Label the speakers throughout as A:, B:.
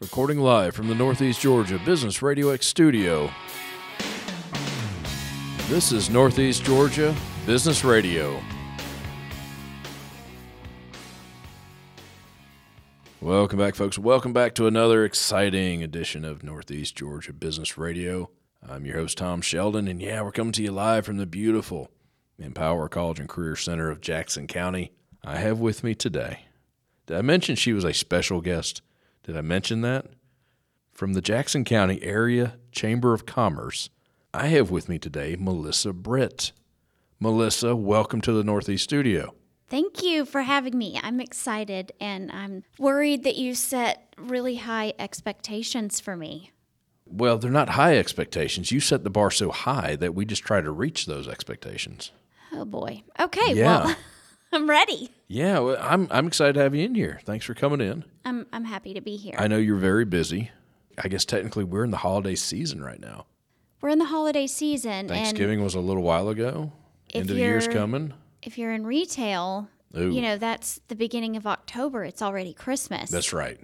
A: Recording live from the Northeast Georgia Business Radio X studio. This is Northeast Georgia Business Radio. Welcome back, folks. Welcome back to another exciting edition of Northeast Georgia Business Radio. I'm your host, Tom Sheldon, and yeah, we're coming to you live from the beautiful Empower College and Career Center of Jackson County. I have with me today. Did I mention she was a special guest? Did I mention that? From the Jackson County Area Chamber of Commerce, I have with me today Melissa Britt. Melissa, welcome to the Northeast Studio.
B: Thank you for having me. I'm excited and I'm worried that you set really high expectations for me.
A: Well, they're not high expectations. You set the bar so high that we just try to reach those expectations.
B: Oh boy. Okay,
A: Yeah.
B: well, I'm ready.
A: Yeah, well, I'm I'm excited to have you in here. Thanks for coming in.
B: I'm I'm happy to be here.
A: I know you're very busy. I guess technically we're in the holiday season right now.
B: We're in the holiday season and
A: Thanksgiving was a little while ago.
B: If
A: End of the year's
B: you're-
A: coming.
B: if you're in retail,
A: Ooh.
B: you know, that's the beginning of October. It's already Christmas.
A: That's right.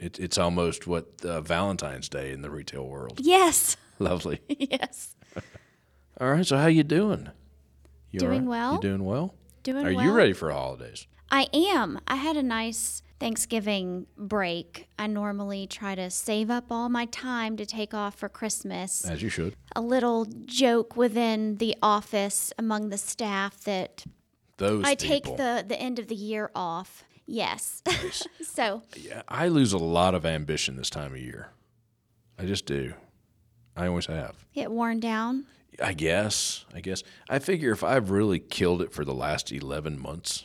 A: It, it's almost what uh, Valentine's Day in the retail world.
B: yes.
A: Lovely.
B: yes.
A: All right. So how you doing? You all
B: Doing
A: right?
B: well.
A: You doing well?
B: Doing
A: Are
B: well.
A: you ready for the holidays?
B: I am. I had a nice Thanksgiving break. I normally try to save up all my time to take off for Christmas.
A: As you should.
B: a little joke within the office among the staff that
A: Those
B: I take
A: people.
B: the, the end of the year off. Yes. so
A: Yeah, I lose a lot of ambition this time of year. I just do. I always have.
B: get worn down.
A: I guess. I guess. I figure if I've really killed it for the last 11 months,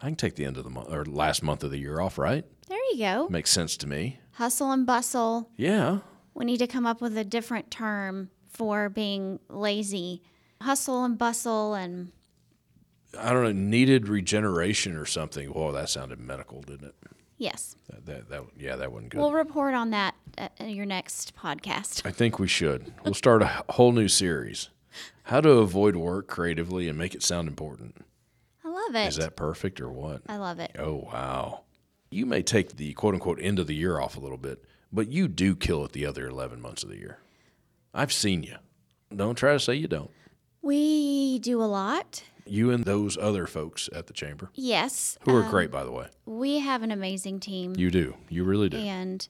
A: I can take the end of the month or last month of the year off, right?
B: There you go.
A: Makes sense to me.
B: Hustle and bustle.
A: Yeah.
B: We need to come up with a different term for being lazy. Hustle and bustle and
A: I don't know, needed regeneration or something. Whoa, that sounded medical, didn't it?
B: yes.
A: That, that, that yeah, that wasn't good.
B: We'll report on that at at your next podcast.
A: I think we should. We'll start a whole new series. How to avoid work creatively and make it sound important.
B: I love it.
A: Is that perfect or what?
B: I love it.
A: Oh, wow. You may take the quote unquote end of the year off a little bit, but you do kill it the other 11 months of the year. I've seen you. Don't try to say you don't.
B: We do a lot.
A: You and those other folks at the chamber,
B: Yes.
A: who are great, by the way.
B: We have an amazing team.
A: You do. You really do.
B: and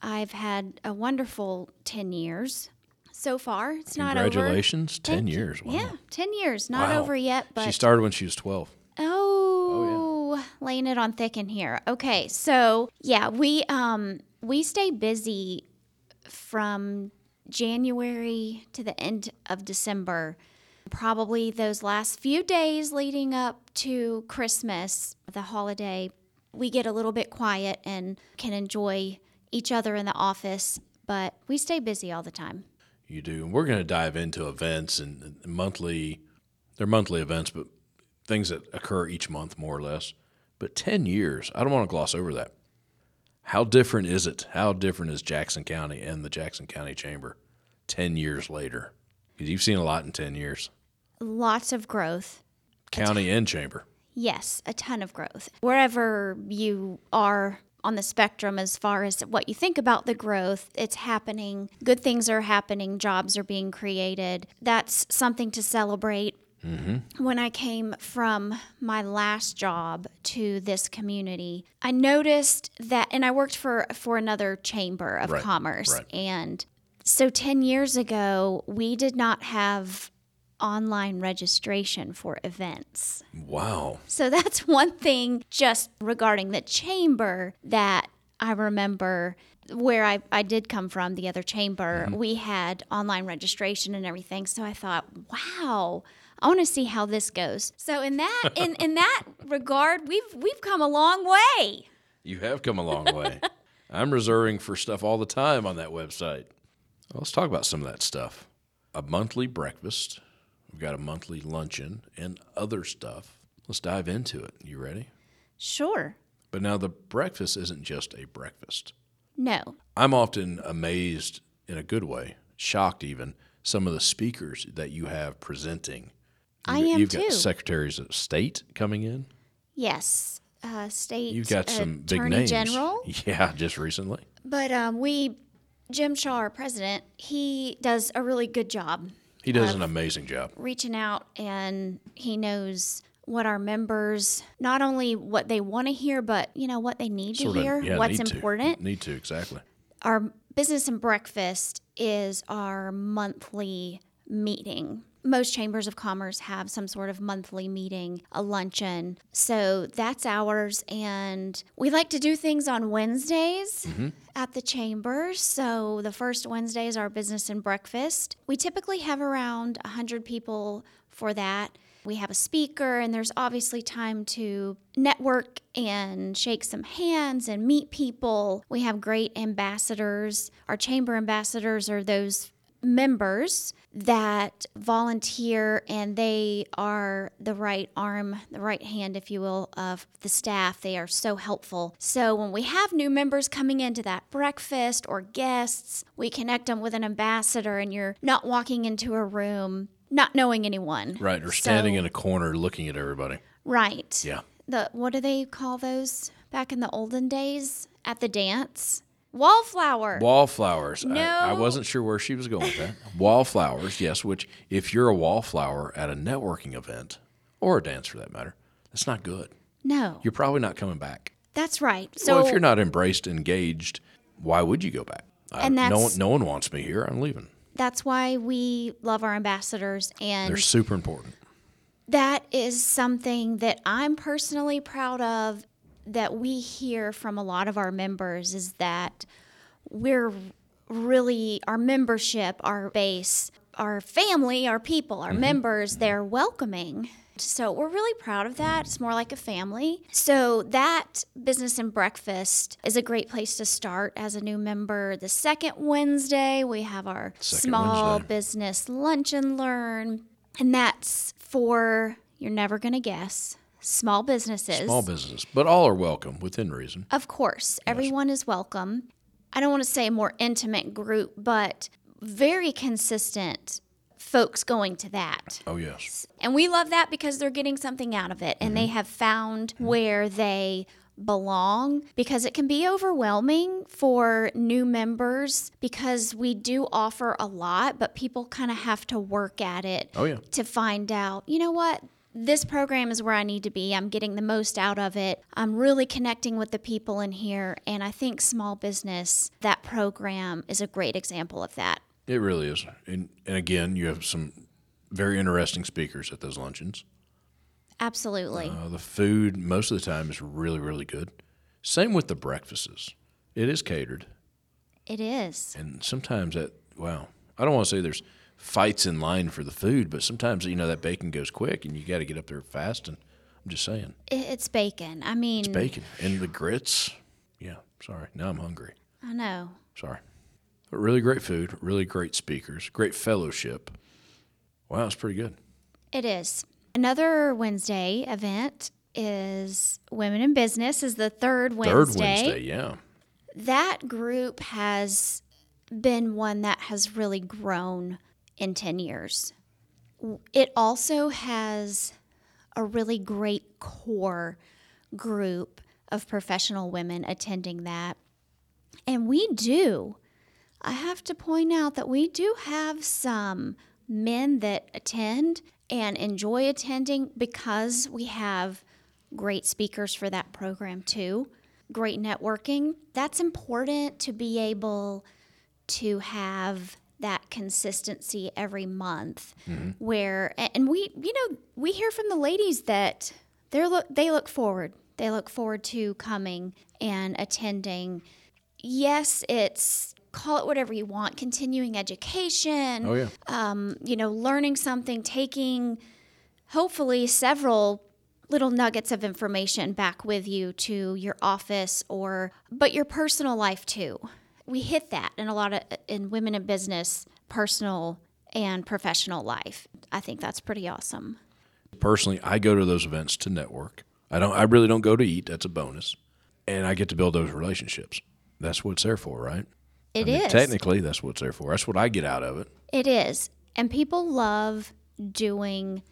B: I've had a wonderful 10 years so far. It's not over.
A: Congratulations. 10
B: Thank you.
A: years. Wow.
B: Yeah, 10 years. Not
A: Wow.
B: over yet,
A: She
B: but
A: started when she was 12.
B: oh, laying it on thick in here. Okay, so yeah, we um we stay busy from January to the end of December. Probably those last few days leading up to Christmas, the holiday, we get a little bit quiet and can enjoy each other in the office, but we stay busy all the time.
A: You do. And we're going to dive into events and monthly, they're monthly events, but things that occur each month, more or less. But 10 years, I don't want to gloss over that. How different is it? How different is Jackson County and the Jackson County Chamber 10 years later? Because you've seen a lot in 10 years,
B: Lots of growth.
A: county and chamber.
B: Yes, a ton of growth. Wherever you are on the spectrum as far as what you think about the growth, it's happening. Good things are happening, jobs are being created. That's something to celebrate.
A: Mm-hmm.
B: When I came from my last job to this community, I noticed that, and I worked for, for another chamber of
A: Right,
B: commerce.
A: right.
B: And so 10 years ago, we did not have online registration for events.
A: Wow.
B: So that's one thing just regarding the chamber that I remember where I, I did come from, the other chamber.
A: Mm-hmm.
B: We had online registration and everything. So I thought, wow. I want to see how this goes. So in that in, in that regard, we've we've come a long way.
A: You have come a long way. I'm reserving for stuff all the time on that website. Well, let's talk about some of that stuff. A monthly breakfast. We've got a monthly luncheon and other stuff. Let's dive into it. You ready?
B: Sure.
A: But now the breakfast isn't just a breakfast.
B: No.
A: I'm often amazed in a good way, shocked even, some of the speakers that you have presenting.
B: I
A: You've-
B: am
A: You've
B: too.
A: got secretaries of state coming in.
B: Yes. Uh, state
A: You've got some big
B: uh, attorney
A: names.
B: general,
A: Yeah, just recently.
B: But um, we, Jim Shaw, our president, he does a really good job
A: He does an amazing job.
B: reaching out and he knows what our members not only what they want to hear but you know what they need to hear what's
A: need to.
B: important
A: Need to, exactly.
B: our business and breakfast is our monthly meeting. Most chambers of commerce have some sort of monthly meeting, a luncheon. So that's ours. And we like to do things on Wednesdays
A: Mm-hmm.
B: at the chamber. So the first Wednesday is our business and breakfast. We typically have around 100 people for that. We have a speaker, and there's obviously time to network and shake some hands and meet people. We have great ambassadors. Our chamber ambassadors are those members that volunteer and they are the right arm, the right hand, if you will, of the staff. They are so helpful. So when we have new members coming into that breakfast or guests, we connect them with an ambassador and you're not walking into a room not knowing anyone.
A: Right. Or standing in a corner looking at everybody.
B: Right.
A: Yeah.
B: The what do they call those back in the olden days at the dance? Wallflower.
A: Wallflowers. I, I
B: No.
A: wasn't sure where she was going with that. wallflowers, yes, which if you're a wallflower at a networking event or a dance for that matter, that's not good.
B: no.
A: You're probably not coming back.
B: That's right. So
A: well, if you're not embraced, engaged, why would you go back? I-
B: And
A: no,
B: that's-
A: one- no one wants me here. I'm leaving.
B: that's why we love our ambassadors and
A: They're super important.
B: that is something that I'm personally proud of that we hear from a lot of our members is that we're really our membership, our base, our family, our people,
A: Mm-hmm.
B: our members, they're welcoming. So we're really proud of that. It's more like a family. So that business and breakfast is a great place to start as a new member. The second Wednesday, we have our
A: Second
B: small
A: Wednesday.
B: business lunch and learn. And that's for, you're never going to guess, small businesses.
A: Small businesses, but all are welcome within reason.
B: Of course, everyone is welcome. I don't want to say a more intimate group, but very consistent folks going to that.
A: Oh, yes.
B: And we love that because they're getting something out of it and
A: Mm-hmm.
B: they have found where they belong because it can be overwhelming for new members because we do offer a lot, but people kind of have to work at it
A: Oh, yeah.
B: to find out, you know what? This program is where I need to be. I'm getting the most out of it. I'm really connecting with the people in here. And I think small business, that program is a great example of that.
A: It really is. And, and again, you have some very interesting speakers at those luncheons.
B: Absolutely.
A: Uh, the food, most of the time, is really, really good. Same with the breakfasts. It is catered.
B: it is.
A: And sometimes that, wow, I don't want to say there's fights in line for the food, but sometimes, you know, that bacon goes quick and you got to get up there fast. And I'm just saying,
B: It, it's bacon. I mean,
A: bacon and the grits. Yeah, sorry. Now I'm hungry.
B: I know.
A: Sorry. But really great food, really great speakers, great fellowship. Wow, it's pretty good.
B: It is. Another Wednesday event is Women in Business is the third
A: Third
B: Wednesday.
A: Wednesday, yeah.
B: That group has been one that has really grown in 10 years. W- It also has a really great core group of professional women attending that. And we do. I have to point out that we do have some men that attend and enjoy attending because we have great speakers for that program too. Great networking. That's important to be able to have that consistency every month where a- and we you know we hear from the ladies that they're look they look forward they look forward to coming and attending yes, it's call it whatever you want, continuing education,
A: Oh, yeah.
B: um, you know, learning something, taking hopefully several little nuggets of information back with you to your office or but your personal life too. We hit that in a lot of in women in business, personal and professional life. I think that's pretty awesome.
A: Personally, I go to those events to network. I don't I really don't go to eat, that's a bonus. And I get to build those relationships. That's what it's there for, right?
B: It
A: I
B: is.
A: mean, Technically, that's what it's there for. That's what I get out of it.
B: It is. And people love doing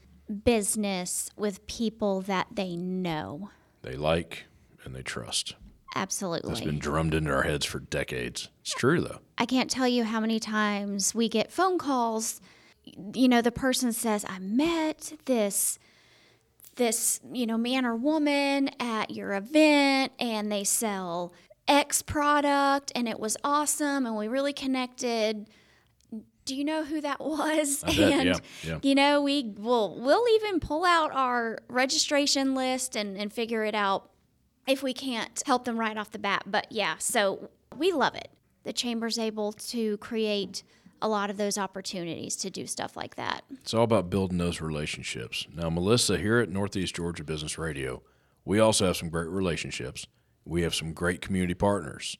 B: business with people that they know.
A: They like and they trust.
B: Absolutely.
A: That's been drummed into our heads for decades. It's true, though.
B: I can't tell you how many times we get phone calls. You know, the person says, "I met this this, you know, man or woman at your event and they sell X product and it was awesome and we really connected." Do you know who that was?
A: I bet,
B: and
A: yeah, yeah.
B: you know, we will we'll even pull out our registration list and, and figure it out if we can't help them right off the bat. But yeah, so we love it. The chamber's able to create a lot of those opportunities to do stuff like that.
A: It's all about building those relationships. Now, Melissa, here at Northeast Georgia Business Radio, we also have some great relationships. We have some great community partners.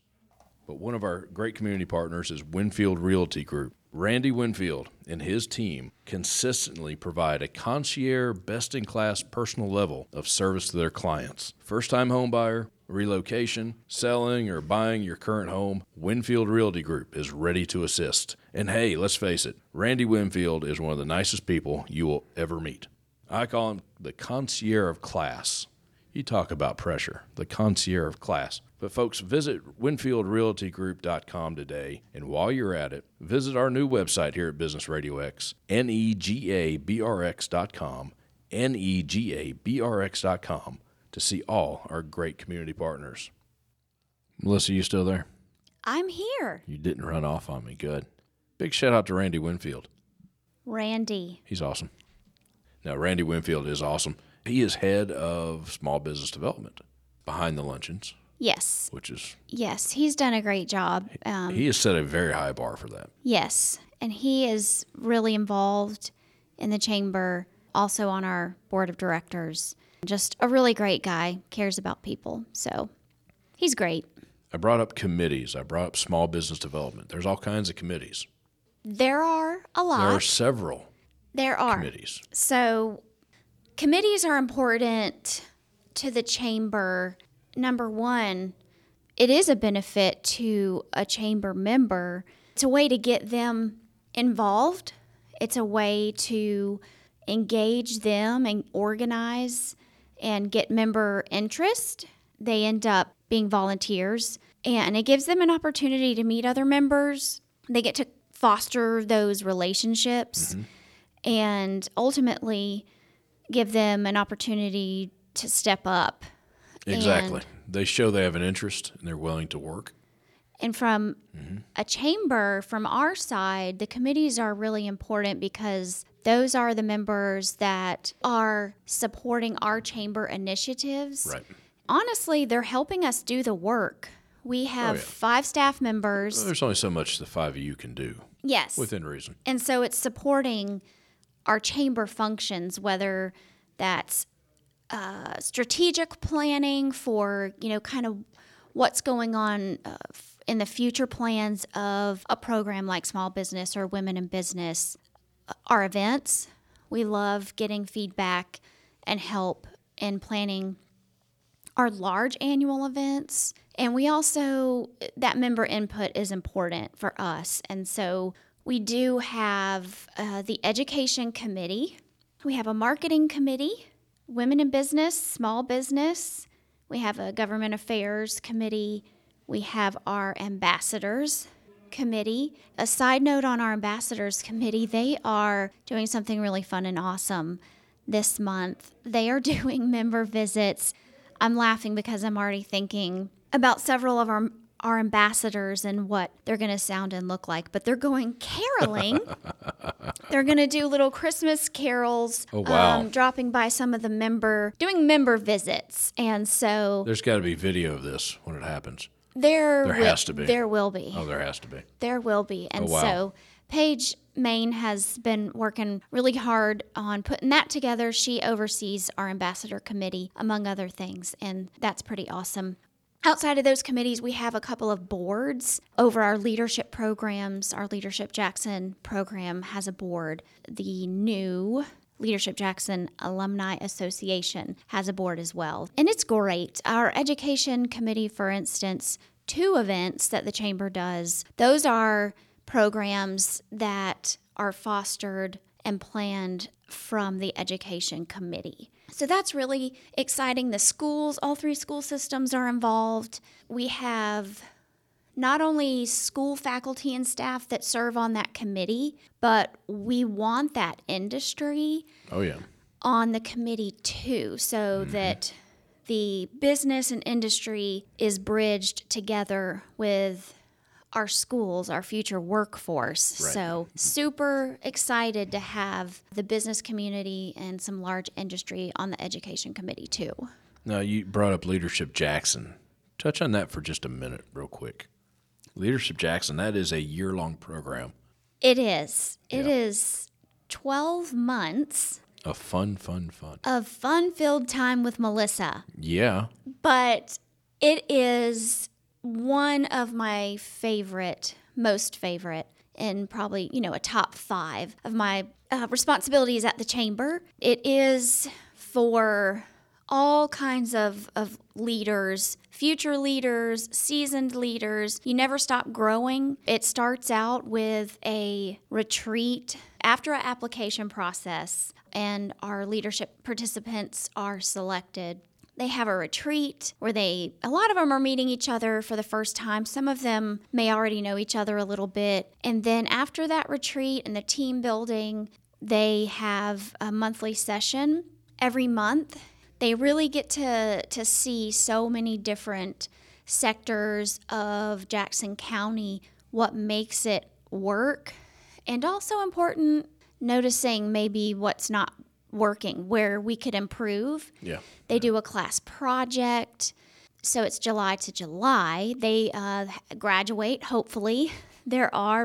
A: But one of our great community partners is Winfield Realty Group. Randy Winfield and his team consistently provide a concierge, best in class personal level of service to their clients. First time home buyer, relocation, selling, or buying your current home, Winfield Realty Group is ready to assist. And hey, let's face it, Randy Winfield is one of the nicest people you will ever meet. I call him the concierge of class. You talk about pressure, the concierge of class. But folks, visit WinfieldRealtyGroup.com today. And while you're at it, visit our new website here at Business Radio X, E negabrx.com, E negabrx.com, to see all our great community partners. Melissa, you still there?
B: I'm here.
A: You didn't run off on me. Good. Big shout out to Randy Winfield.
B: Randy.
A: He's awesome. Now, Randy Winfield is awesome. He is head of small business development behind the luncheons,
B: Yes.
A: which is,
B: Yes, he's done a great job. Um,
A: he has set a very high bar for that.
B: yes, and he is really involved in the chamber, also on our board of directors. Just a really great guy, cares about people. So he's great.
A: I brought up committees, I brought up small business development. There's all kinds of committees.
B: There are a lot.
A: There are several
B: There are.
A: committees.
B: So, committees are important to the chamber. Number one, it is a benefit to a chamber member. It's a way to get them involved, it's a way to engage them and organize and get member interest. They end up being volunteers, and it gives them an opportunity to meet other members. They get to foster those relationships and ultimately give them an opportunity to step up.
A: Exactly. They show they have an interest and they're willing to work.
B: And from
A: Mm-hmm.
B: a chamber, from our side, the committees are really important because those are the members that are supporting our chamber initiatives.
A: Right.
B: Honestly, they're helping us do the work. We have
A: Oh, yeah. Uh,
B: five staff members.
A: There's only so much the five of you can do
B: yes.
A: within reason.
B: And so it's supporting our chamber functions, whether that's uh, strategic planning for, you know, kind of what's going on uh, f- in the future plans of a program like Small Business or Women in Business, our events. We love getting feedback and help in planning our large annual events. And we also, that member input is important for us. And so we do have uh, the education committee, we have a marketing committee, women in business, small business, we have a government affairs committee, we have our ambassadors committee. A side note on our ambassadors committee, they are doing something really fun and awesome this month. They are doing member visits. I'm laughing because I'm already thinking about several of our our ambassadors and what they're going to sound and look like, but they're going caroling. they're going to do little Christmas carols. um,
A: Oh, wow.
B: dropping by some of the member, doing member visits, and so
A: There's got to be video of this when it happens.
B: there
A: There
B: wi-
A: has to be.
B: There will be.
A: Oh, there has to be.
B: There will be. And
A: Oh, wow.
B: so Paige Main has been working really hard on putting that together. She oversees our ambassador committee, among other things, and that's pretty awesome. Outside of those committees, we have a couple of boards over our leadership programs. Our Leadership Jackson program has a board. The new Leadership Jackson Alumni Association has a board as well. And it's great. Our education committee, for instance, two events that the chamber does, those are programs that are fostered and planned from the education committee. So that's really exciting. The schools, all three school systems are involved. We have not only school faculty and staff that serve on that committee, but we want that industry
A: Oh yeah.
B: on the committee too, so that the business and industry is bridged together with our schools, our future workforce.
A: Right.
B: So, super excited to have the business community and some large industry on the education committee too.
A: Now you brought up leadership Jackson. Touch on that for just a minute, real quick. Leadership Jackson. That is a year-long program.
B: It is. It is 12 months
A: A fun, fun, fun.
B: of fun filled time with Melissa.
A: Yeah.
B: but it is one of my favorite, most favorite, and probably, you know, a top five of my uh, responsibilities at the chamber. It is for all kinds of, of leaders, future leaders, seasoned leaders. You never stop growing. It starts out with a retreat after an application process, and our leadership participants are selected they have a retreat where they a lot of them are meeting each other for the first time some of them may already know each other a little bit and then after that retreat and the team building they have a monthly session every month they really get to to see so many different sectors of Jackson County what makes it work and also important noticing maybe what's not working where we could improve
A: Yeah.
B: they do a class project. So it's July to July. They uh, graduate, hopefully. There are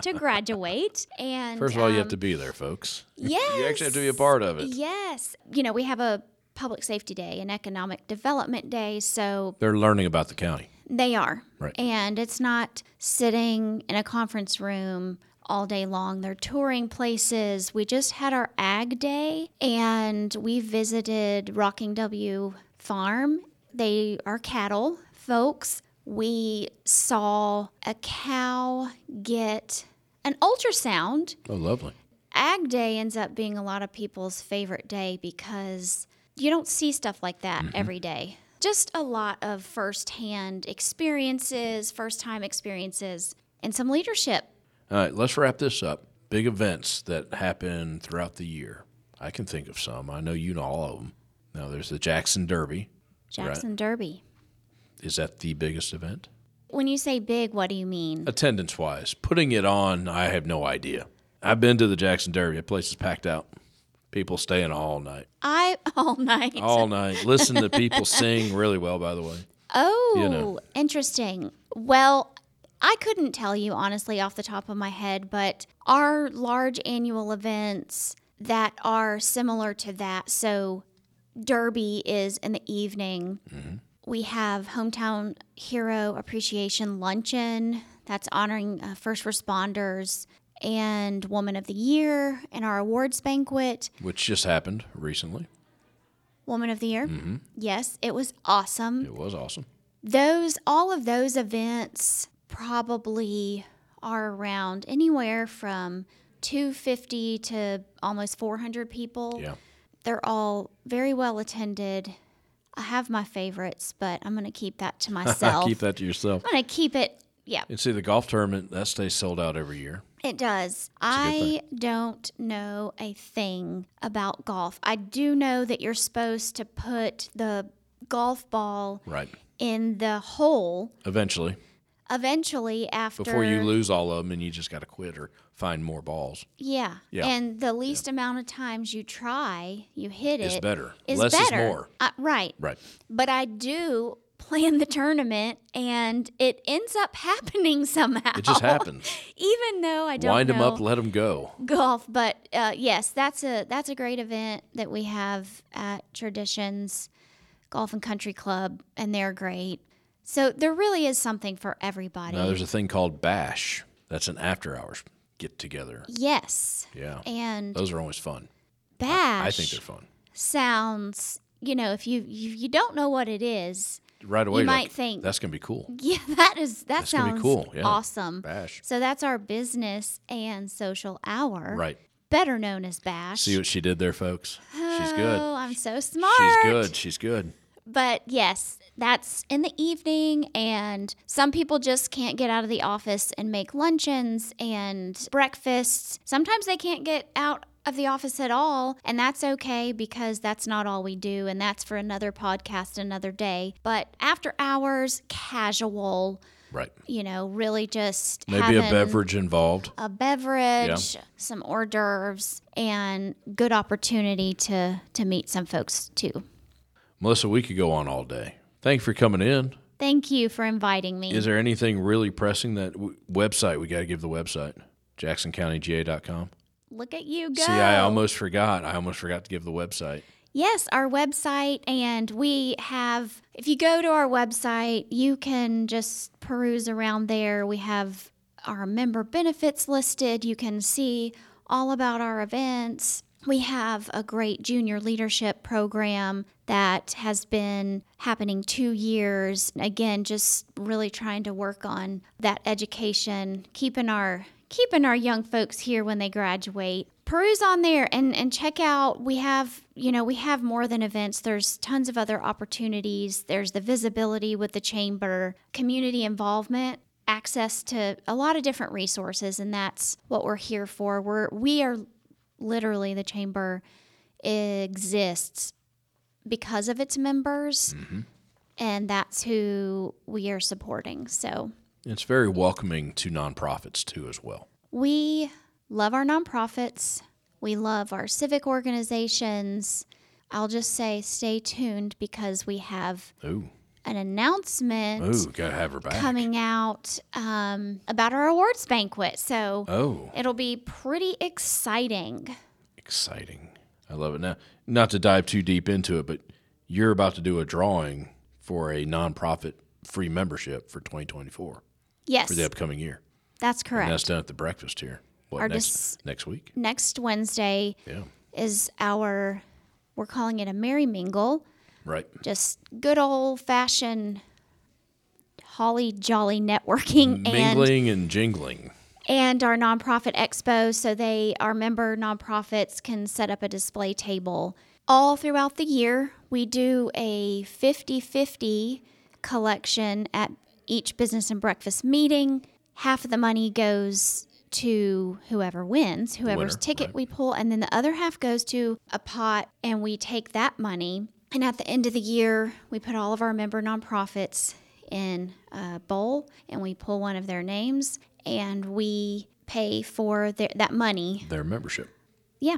B: to graduate. And
A: First of all, you have
B: um,
A: to be there, folks.
B: yes,
A: You actually have to be a part of it.
B: Yes. You know, we have a public safety day, an economic development day. So
A: They're learning about the county.
B: they are.
A: Right.
B: And it's not sitting in a conference room all day long. They're touring places. We just had our ag day and we visited Rocking W Farm. They are cattle folks. We saw a cow get an ultrasound
A: Oh, lovely.
B: Ag Day ends up being a lot of people's favorite day because you don't see stuff like that every day. Just a lot of firsthand experiences, first time experiences, and some leadership.
A: All right, let's wrap this up. Big events that happen throughout the year. I can think of some. I know you know all of them. Now, there's the Jackson Derby.
B: Jackson Derby.
A: Is that the biggest event?
B: When you say big, what do you mean?
A: Attendance wise, putting it on, I have no idea. I've been to the Jackson Derby. The place is packed out. People staying all night.
B: I all night.
A: All night. Listen to people sing really well, by the way.
B: Oh,
A: know.
B: interesting. Well, I couldn't tell you honestly off the top of my head, but our large annual events that are similar to that. So, Derby is in the evening. We have Hometown Hero Appreciation Luncheon that's honoring uh, first responders and Woman of the Year, and our awards banquet.
A: Which just happened recently.
B: Woman of the Year. Yes, it was awesome.
A: It was awesome.
B: those all of those events probably are around anywhere from 250 to almost 400 people
A: Yeah.
B: they're all very well attended i have my favorites but i'm going to keep that to myself
A: Keep that to yourself.
B: i'm going to keep it yeah
A: And see, the golf tournament, that stays sold out every year.
B: it does. I don't know a thing about golf. I do know that you're supposed to put the golf ball
A: Right.
B: in the hole
A: Eventually.
B: eventually after
A: before you lose all of them and you just got to quit or find more balls
B: Yeah.
A: Yeah.
B: And the least amount of times you try, you hit
A: It's
B: it,
A: better.
B: is
A: Less is
B: better.
A: more.
B: Uh, right.
A: right
B: But I do plan the tournament and it ends up happening somehow.
A: it just happens
B: Even though I don't
A: wind
B: know
A: them up let them go
B: golf, but uh, yes, that's a that's a great event that we have at Traditions Golf and Country Club and they're great. So there really is something for everybody.
A: now there's a thing called bash that's an after hours get together
B: yes.
A: yeah
B: And
A: those are always fun
B: bash.
A: i Oh, think they're fun
B: sounds you know if you you, you don't know what it is
A: right away
B: might
A: like,
B: think-
A: that's gonna be cool
B: yeah that is that
A: That's gonna be
B: sounds
A: cool, yeah.
B: awesome
A: bash
B: so that's our business and social hour
A: right
B: better known as Bash.
A: See what she did there, folks. She's
B: Oh,
A: good.
B: I'm so smart.
A: She's good. She's good.
B: But yes, that's in the evening, and some people just can't get out of the office and make luncheons and breakfasts. Sometimes they can't get out of the office at all, and that's okay because that's not all we do, and that's for another podcast another day. But after hours, casual,
A: Right.
B: you know, really just
A: Maybe a
B: having
A: beverage involved.
B: a beverage, some hors d'oeuvres, and good opportunity to to meet some folks too.
A: Melissa, we could go on all day. Thank you for coming in.
B: Thank you for inviting me.
A: Is there anything really pressing that w- website? We got to give the website jacksoncountyga.com.
B: Look at you go.
A: See, I almost forgot. I almost forgot to give the website.
B: yes, our website, and we have, if you go to our website, you can just peruse around there. We have our member benefits listed. You can see all about our events. We have a great junior leadership program that has been happening two years. Again, just really trying to work on that education, keeping our keeping our young folks here when they graduate peruse on there and and check out we have you know we have more than events there's tons of other opportunities there's the visibility with the chamber community involvement access to a lot of different resources and that's what we're here for we're we are literally the chamber exists because of its members and that's who we are supporting so
A: It's very welcoming to nonprofits too, as well.
B: we love our nonprofits. We love our civic organizations. I'll just say stay tuned because we have
A: Ooh,
B: an announcement
A: ooh, gotta have her back.
B: coming out um, about our awards banquet. So
A: Oh,
B: it'll be pretty exciting.
A: exciting! I love it. Now, not to dive too deep into it, but you're about to do a drawing for a nonprofit free membership for 2024
B: Yes,
A: for the upcoming year.
B: that's
A: And
B: correct.
A: that's done at the breakfast here. What
B: Our
A: next?
B: dis-
A: next week?
B: Next Wednesday
A: Yeah,
B: is our, we're calling it a Merry Mingle.
A: right.
B: just good old fashioned holly jolly networking and
A: Mingling and jingling.
B: and our nonprofit expo so they our member nonprofits can set up a display table all throughout the year we do a 50-50 collection at each business and breakfast meeting half of the money goes to whoever wins whoever's
A: winner,
B: ticket
A: right.
B: we pull and then the other half goes to a pot and we take that money and at the end of the year we put all of our member nonprofits in a bowl and we pull one of their names and we pay for their, that money
A: Their membership,
B: yeah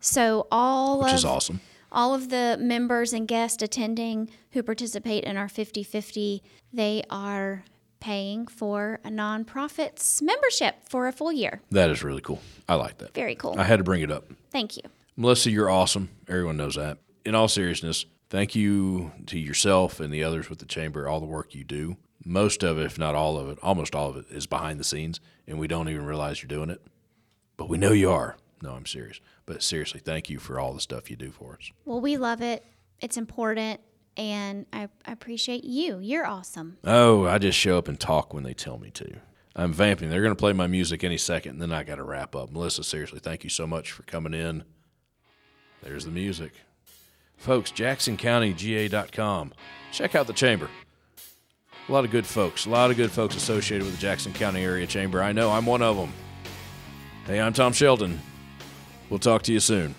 B: so all
A: which
B: of
A: is awesome.
B: all of the members and guests attending who participate in our 50 50, they are paying for a nonprofit's membership for a full year.
A: That is really cool. I like that.
B: Very cool.
A: I had to bring it up.
B: Thank you.
A: Melissa, you're awesome. Everyone knows that. In all seriousness, thank you to yourself and the others with the chamber, all the work you do. Most of it, if not all of it, almost all of it is behind the scenes, and we don't even realize you're doing it. But we know you are. No, I'm serious. But seriously, thank you for all the stuff you do for us.
B: Well, we love it. It's important. And I, I appreciate you. You're awesome.
A: Oh, I just show up and talk when they tell me to. I'm vamping. They're going to play my music any second, and then I got to wrap up. Melissa, seriously, thank you so much for coming in. There's the music. Folks, jacksoncountyga.com. Check out the chamber. A lot of good folks, a lot of good folks associated with the Jackson County Area Chamber. I know I'm one of them. Hey, I'm Tom Sheldon. We'll talk to you soon.